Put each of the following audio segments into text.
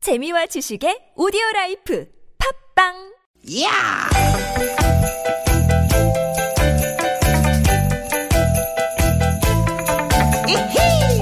재미와 지식의 오디오 라이프 팝빵 야! 이히!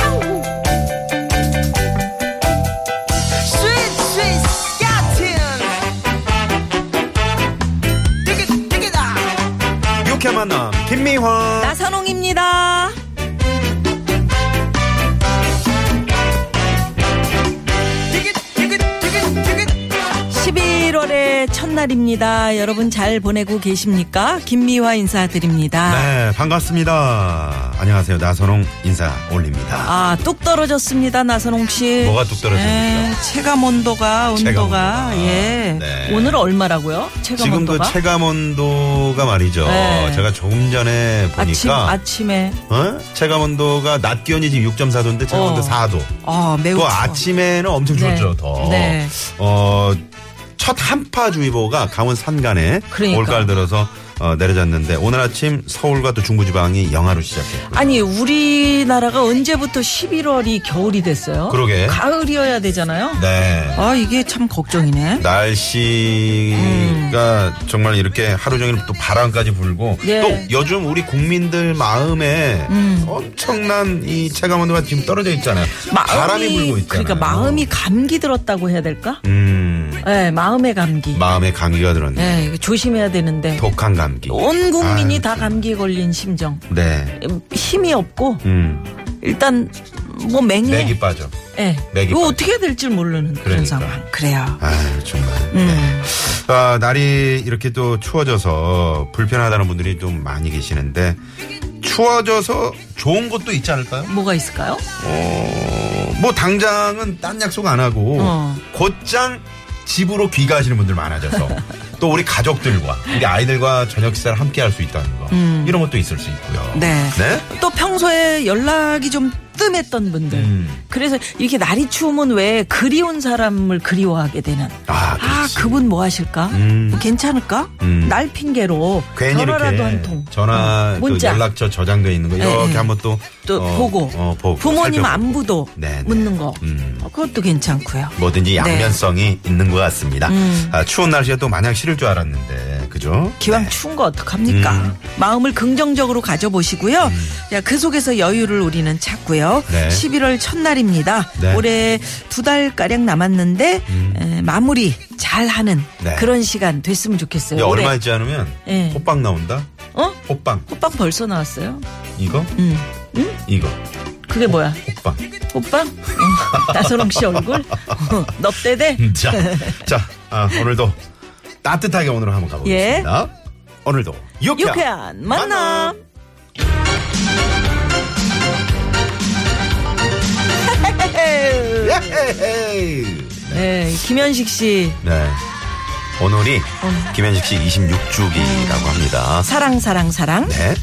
야우! 스윗 스윗 야틴! 띠기 띠기다! 유쾌한 만남 김미화 나선홍입니다. 띠기 띠기 띠기 띠기 11월의 첫날입니다. 여러분 잘 보내고 계십니까? 김미화 인사드립니다. 네 반갑습니다 안녕하세요 나선홍 인사 올립니다 아, 뚝 떨어졌습니다. 나선홍 씨. 뭐가 뚝 떨어졌습니까? 예, 체감 온도가 체감 온도가. 온도가 예. 네. 오늘 얼마라고요? 체감 지금 그 온도가? 체감 온도가 말이죠 네. 제가 조금 전에 아침 보니까 아침에 어? 체감 온도가 낮 기온이 지금 6.4도인데 체감 어. 온도 4도 아, 매우 또 추워. 아침에는 엄청 네. 추웠죠 더 네. 어, 첫 한파주의보가 강원 산간에 그러니까. 올가을 들어서 어, 내려졌는데 오늘 아침 서울과 또 중부지방이 영하로 시작했고 아니, 우리나라가 언제부터 11월이 겨울이 됐어요? 그러게 가을이어야 되잖아요. 네 아, 이게 참 걱정이네. 날씨가 정말 이렇게 하루 종일 또 바람까지 불고 네. 또 요즘 우리 국민들 마음에 엄청난 이 체감 온도가 지금 떨어져 있잖아요. 바람이 불고 있잖아요. 그러니까 마음이 감기 들었다고 해야 될까? 음, 예, 마음의 감기. 마음에 감기가 들었네. 네, 이거 조심해야 되는데 독한 감기. 온 국민이 아유, 다 감기 걸린 심정. 네. 음, 힘이 없고 음. 일단 뭐 맹해. 맥이 빠져. 예. 맥이 이거 빠져. 어떻게 될지 모르는 그런 그러니까. 상황. 그래요. 아, 정말. 네. 음. 아, 날이 이렇게 또 추워져서 불편하다는 분들이 좀 많이 계시는데 추워져서 좋은 것도 있지 않을까요? 뭐가 있을까요? 어, 뭐 당장은 딴 약속 안 하고 어. 곧장 집으로 귀가하시는 분들 많아져서 또 우리 가족들과 우리 아이들과 저녁 식사를 함께 할 수 있다는 거 이런 것도 있을 수 있고요. 음. 네. 또 평소에 연락이 좀 뜸했던 분들. 음. 그래서 이렇게 날이 추우면 왜 그리운 사람을 그리워하게 되는. 아, 아, 그렇지. 그분 뭐 하실까? 음. 괜찮을까? 음. 날 핑계로 괜히 전화라도 이렇게 그 한 통. 전화 그 응. 문자. 연락처 저장돼 있는 거 네, 이렇게 네. 한번 또, 또 어, 보고. 어, 보고 부모님 살펴보고. 안부도 네, 네. 묻는 거 음. 어, 그것도 괜찮고요. 뭐든지 양면성이 있는 것 같습니다. 네. 음. 아, 추운 날씨에 또 마냥 싫을 줄 알았는데 그죠? 기왕 네. 추운 거 어떡합니까? 음. 마음을 긍정적으로 가져보시고요. 자, 그 속에서 여유를 우리는 찾고요. 네. 11월 첫날입니다. 네. 음. 올해 두 달가량 남았는데 에, 마무리 잘하는 네. 그런 시간 됐으면 좋겠어요. 이제 올해. 얼마 있지 않으면 네. 호빵 나온다. 어? 호빵 호빵 벌써 나왔어요? 이거 음. 이거 그게 뭐야? 호빵. 호빵? 음. 나선홍 씨 얼굴? 어, 넙대대? 음, 자, 자 아, 오늘도 따뜻하게 오늘 한번 가보겠습니다. 오늘도 유쾌한 예. 유쾌한 만남. 예헤헤. 네, 김현식 씨 네. 오늘이 어. 김현식 씨 26주기라고 합니다. 사랑 사랑 사랑. 네.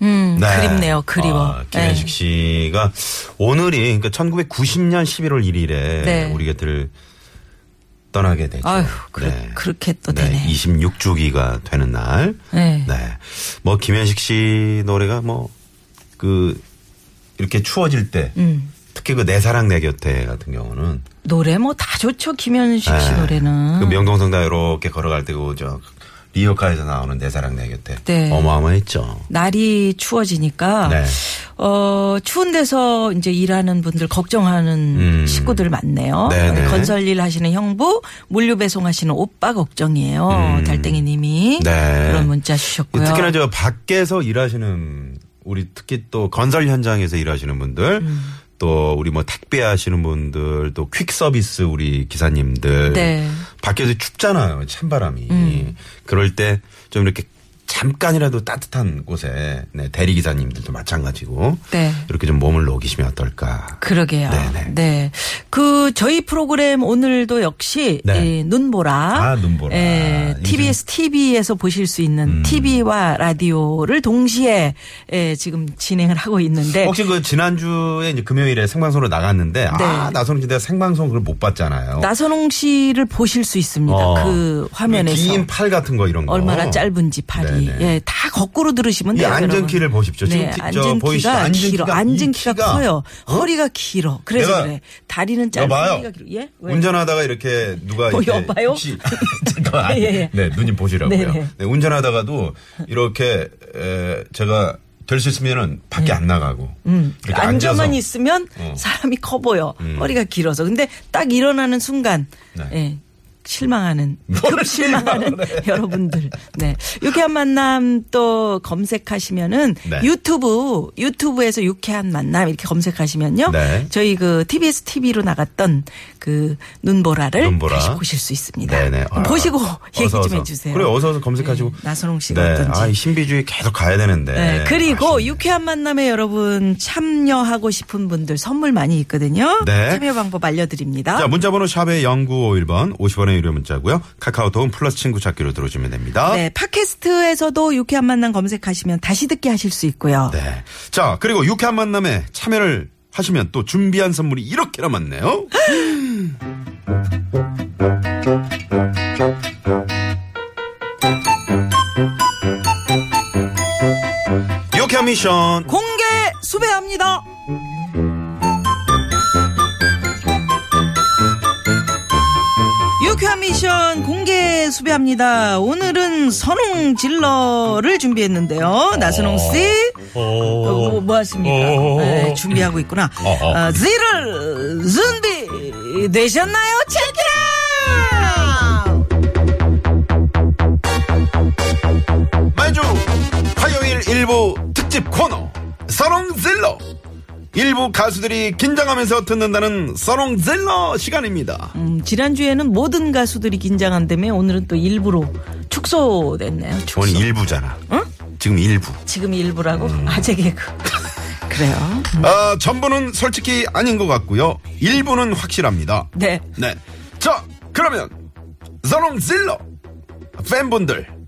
음, 네. 그립네요. 그리워. 아, 김현식 네. 씨가 오늘이 그러니까 1990년 11월 1일에 네. 우리 곁을 떠나게 되죠. 아휴, 그 네. 그렇게 또 네, 되네. 26주기가 되는 날. 네. 네. 뭐 김현식 씨 노래가 뭐 그 이렇게 추워질 때 음. 특히 그 내 사랑 내 곁에 같은 경우는 노래 뭐 다 좋죠. 김현식 씨 네. 노래는. 그 명동성당 이렇게 걸어갈 때그저 리어카에서 나오는 내 사랑 내 곁에 네. 어마어마했죠. 날이 추워지니까 네. 어 추운 데서 이제 일하는 분들 걱정하는 음. 식구들 많네요. 네네. 건설 일 하시는 형부, 물류 배송 하시는 오빠 걱정이에요. 음. 달땡이님이 네. 그런 문자 주셨고요. 특히나 저 밖에서 일하시는 우리 특히 또 건설 현장에서 일하시는 분들 음. 또 우리 뭐 택배 하시는 분들 또 퀵 서비스 우리 기사님들 네. 음. 밖에서 춥잖아요 찬바람이 그럴 때 좀 이렇게 잠깐이라도 따뜻한 곳에 네, 대리 기사님들도 마찬가지고 네. 이렇게 좀 몸을 녹이시면 어떨까 그러게요. 네네. 네. 그 저희 프로그램 오늘도 역시 네. 이 눈보라. 아, 눈보라. 음. 예, 요즘- TBS TV에서 보실 수 있는 TV와 라디오를 동시에 예, 지금 진행을 하고 있는데 혹시 그 지난주에 이제 금요일에 생방송으로 나갔는데 아 네. 나선홍 기자 생방송 그걸 못 봤잖아요. 나선홍 씨를 보실 수 있습니다. 어. 그 화면에서 긴 팔 같은 거 이런 거 얼마나 짧은지 네네. 팔이 예, 다 거꾸로 들으시면 이 돼요. 앉은 키를 보십시오. 지금 네, 키- 저 앉은 보이시죠? 키가 앉은 길어. 키가 앉은 이 키가 키가- 커요. 허리가 길어. 그래서 내가- 그래. 다리는 짧고 여봐요. 허리가 길어. 예? 왜? 운전하다가 이렇게 누가 어, 이렇게 여봐요? 혹시- 잠깐만. 아니, 예, 예. 네 누님 보시라고요. 네네. 네, 운전하다가도 이렇게 에, 제가 될 수 있으면은 밖에 안 나가고 이렇게 앉아서 앉아만 음. 있으면 어. 음. 사람이 커 보여. 허리가 길어서. 근데 딱 일어나는 순간 네. 예, 실망하는 뭘 급 실망하는 여러분들. 네. 유쾌한 만남 또 검색하시면은 네. 유튜브 유튜브에서 유쾌한 만남 이렇게 검색하시면요. 네. 저희 그 TBS TV로 나갔던 그 눈보라를 눈보라. 다시 보실 수 있습니다. 네네. 아, 어, 보시고 얘기 어서, 좀 어서. 해 주세요. 그래 어서 어서 검색하시고 네, 나선홍 씨가 어떤지. 아, 이 신비주의 계속 가야 되는데. 네, 그리고 아쉽네. 유쾌한 만남에 여러분 참여하고 싶은 분들 선물 많이 있거든요. 네. 참여 방법 알려드립니다. 자, 문자번호 샵의 0951번 50원의 유료 문자고요. 카카오톡은 플러스 친구 찾기로 들어주면 됩니다. 네, 팟캐스트에서도 유쾌한 만남 검색하시면 다시 듣기 하실 수 있고요. 네. 자, 그리고 유쾌한 만남에 참여를 하시면 또 준비한 선물이 이렇게나 많네요. 유쾌한 미션. 공개 수배합니다. 유쾌한 미션 공개 수배합니다. 오늘은 선홍 질러를 준비했는데요. 나선홍 씨. 어, 뭐, 뭐 하십니까? 네, 준비하고 있구나. 어. 아, 지를 준비 되셨나요? 체키라! 매주 화요일 일부 특집 코너 서롱질러 일부 가수들이 긴장하면서 듣는다는 서롱질러 시간입니다. 음, 지난주에는 모든 가수들이 긴장한다며 오늘은 또 일부로 축소됐네요. 축소. 오늘 일부잖아. 지금 일부. 지금 일부라고? 아재 개그. 음. 그래요. 아, 전부는 솔직히 아닌 것 같고요. 일부는 확실합니다. 네. 네. 자, 그러면 서롱질러 팬분들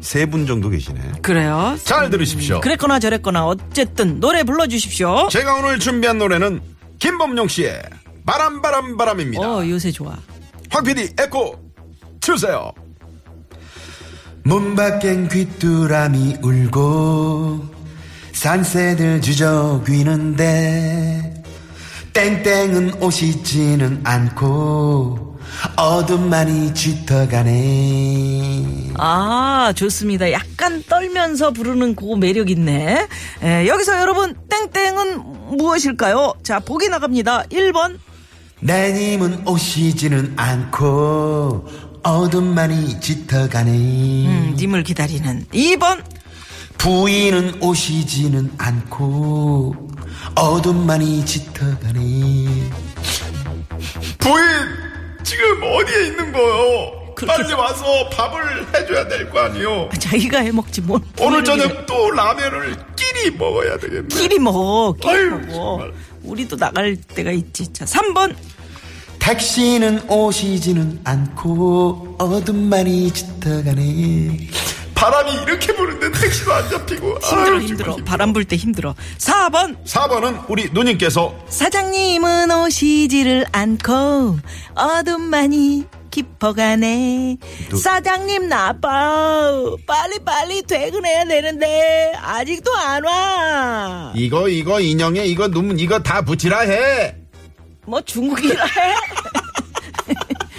세 분 정도 계시네. 그래요. 잘 들으십시오. 그랬거나 저랬거나 어쨌든 노래 불러주십시오. 제가 오늘 준비한 노래는 김범용 씨의 바람바람바람입니다. 어, 요새 좋아. 황 PD 에코 주세요. 문 밖엔 귀뚜라미 울고 산새들 네. 주저귀는데 땡땡은 오시지는 않고 어둠만이 짙어가네. 아, 좋습니다. 약간 떨면서 부르는 그 매력 있네. 예, 여기서 여러분, 땡땡은 무엇일까요? 자, 보기 나갑니다. 1번. 내님은 오시지는 않고 어둠만이 짙어가네 음, 님을 기다리는. 2번. 부인은 오시지는 않고 어둠만이 짙어가네 부인 지금 어디에 있는 거요? 그렇게- 빨리 와서 밥을 해줘야 될 거 아니요. 자기가 해먹지 뭘. 뭐 오늘 저녁 또 라면을 끼리 먹어야 되겠네. 끼리 먹어. 끼리 아유, 먹어. 정말. 뭐, 우리도 나갈 때가 있지. 자, 3번. 택시는 오시지는 않고 어둠만이 짙어가네 바람이 이렇게 부는데 택시도 안 잡히고 힘들어, 힘들어. 바람 불 때 힘들어. 4번. 4번은 우리 누님께서 사장님은 오시지를 않고 어둠만이 깊어가네. 사장님 나빠. 빨리 빨리 퇴근해야 되는데 아직도 안 와. 이거 이거 인형에 이거 눈 이거 다 붙이라 해. 뭐 중국이라 해?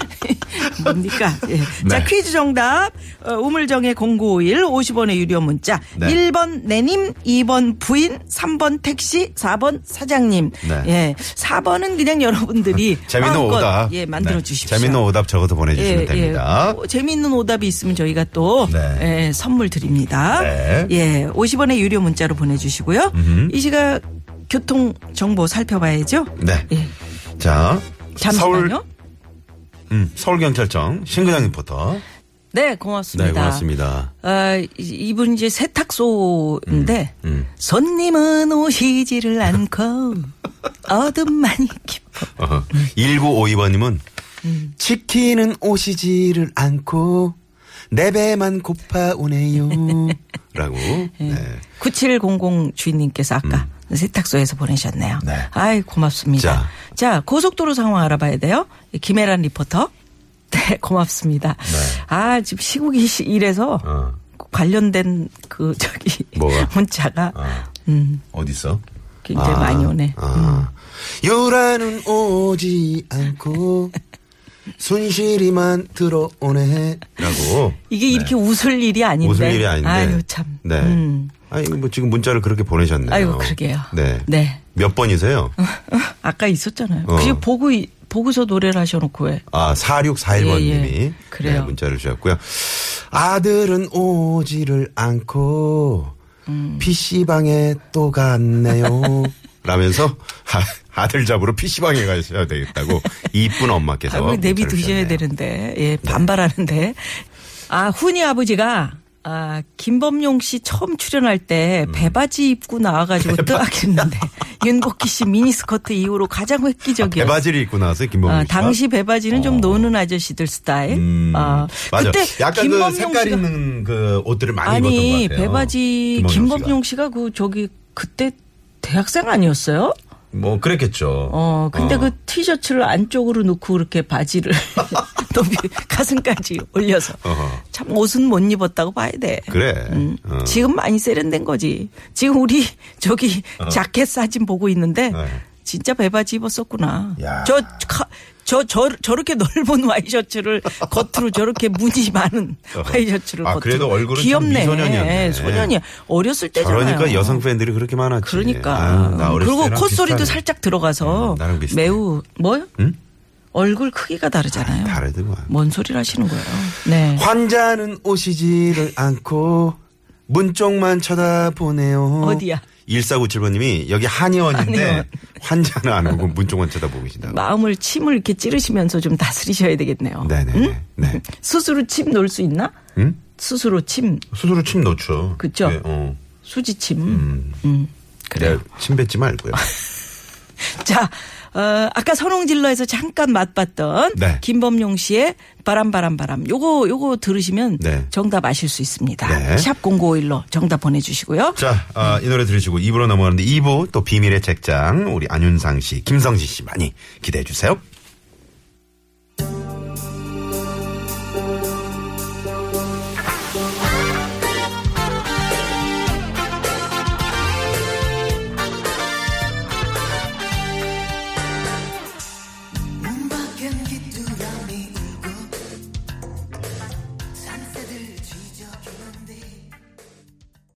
뭡니까? 예. 자 네. 퀴즈 정답 어, 우물정의 0951 50원의 유료 문자 네. 1번 내님 2번 부인 3번 택시 4번 사장님 네. 예 4번은 그냥 여러분들이 재밌는 마음껏, 오답. 예 만들어 주십시오 네, 재밌는 오답 적어서 보내주시면 됩니다. 어, 재미있는 오답이 있으면 저희가 또 네. 예, 선물 드립니다. 네. 예, 50원의 유료 문자로 보내주시고요. 이 시각 교통 정보 살펴봐야죠. 네. 예. 자, 잠시만요. 서울, 음, 서울경찰청 신근양 리포터. 네, 고맙습니다. 네, 고맙습니다. 아, 이- 이분 이제 세탁소인데 음. 손님은 오시지를 않고 어둠만이 깊어. 어허. 1952번님은 치킨은 오시지를 않고 내 배만 고파오네요. 라고. 네. 9700 주인님께서 아까 세탁소에서 보내셨네요. 음. 네. 아이, 고맙습니다. 자. 고속도로 상황 알아봐야 돼요. 김혜란 리포터. 네, 고맙습니다. 아, 지금 시국이 시- 이래서 네. 어. 관련된 그, 저기, 뭐가? 문자가 아. 음, 어디 있어? 굉장히 많이 오네. 아. 요란은 오지 않고 순실이만 들어오네. 라고. 이게 이렇게 웃을 일이 아닌데. 웃을 일이 아닌데. 아유, 참. 네. 음. 아니, 뭐 지금 문자를 그렇게 보내셨네요. 아이고, 그러게요. 네. 네. 몇 번이세요? 아까 있었잖아요. 어. 그게 보고, 이- 보고서 노래를 하셔놓고 왜. 아, 4641번님이 네, 예, 예. 그래요. 문자를 주셨고요. 아들은 오지를 않고 음. PC방에 또 갔네요. 라면서 아, 들 잡으러 PC방에 가셔야 되겠다고 이쁜 엄마께서 아이고, 내비 문자를 두셔야 어, 주셨네요. 되는데. 예, 반발하는데. 아, 훈이 아버지가 아, 김범용 씨 처음 출연할 때 배바지 입고 나와가지고 뜨악했는데 윤복희 씨 미니스커트 이후로 가장 획기적이었어요. 아, 배바지를 입고 나왔어요, 김범용 아, 씨가. 당시 배바지는 어. 좀 노는 아저씨들 스타일. 음, 아, 맞아. 그때 약간 그 김범용 색깔 씨가 있는 그 옷들을 많이 아니 입었던 것 같아요. 배바지 김범용 씨가 그 저기 그때 대학생 아니었어요? 씨가. 뭐 그랬겠죠. 어, 근데 그 티셔츠를 안쪽으로 놓고 그렇게 바지를 높이 가슴까지 올려서 어허. 참 옷은 못 입었다고 봐야 돼. 그래. 음, 어. 지금 많이 세련된 거지. 지금 우리 저기 자켓 사진 보고 있는데 어. 네. 진짜 배바지 입었었구나. 야. 저, 카- 저, 저, 저렇게 넓은 와이셔츠를 겉으로 저렇게 무늬 많은 어허. 와이셔츠를 아, 겉으로. 그래도 얼굴은 좀 귀엽네. 미소년이었네. 예, 소년이야. 어렸을 때잖아요. 그러니까 여성 팬들이 그렇게 많았지. 그러니까. 아유, 나 어렸을 그리고 때랑 콧소리도 비슷하네. 살짝 들어가서 음, 나랑 비슷해. 매우 뭐요? 응? 얼굴 크기가 다르잖아요. 다르더만. 뭔 소리를 하시는 거예요? 네. 환자는 오시지를 않고 문 쪽만 쳐다보네요. 어디야? 1497번님이 여기 한의원인데 환자는 안 오고 문쪽만 쳐다보고 계신다고. 마음을 침을 이렇게 찌르시면서 좀 다스리셔야 되겠네요. 네네. 음? 네. 스스로 침 놓을 수 있나? 응? 스스로 침, 스스로 침 넣죠. 그쵸? 네, 어. 수지침. 음. 그래요. 네, 침 뱉지 말고요. 자, 어, 아까 선홍질러에서 잠깐 맛봤던 네. 김범용 씨의 바람바람바람. 요거, 요거 들으시면 네. 정답 아실 수 있습니다. 네. 샵 0951로 정답 보내주시고요. 자, 아, 이 노래 들으시고 2부로 넘어가는데 2부 또 비밀의 책장 우리 안윤상 씨, 김성진 씨 많이 기대해 주세요.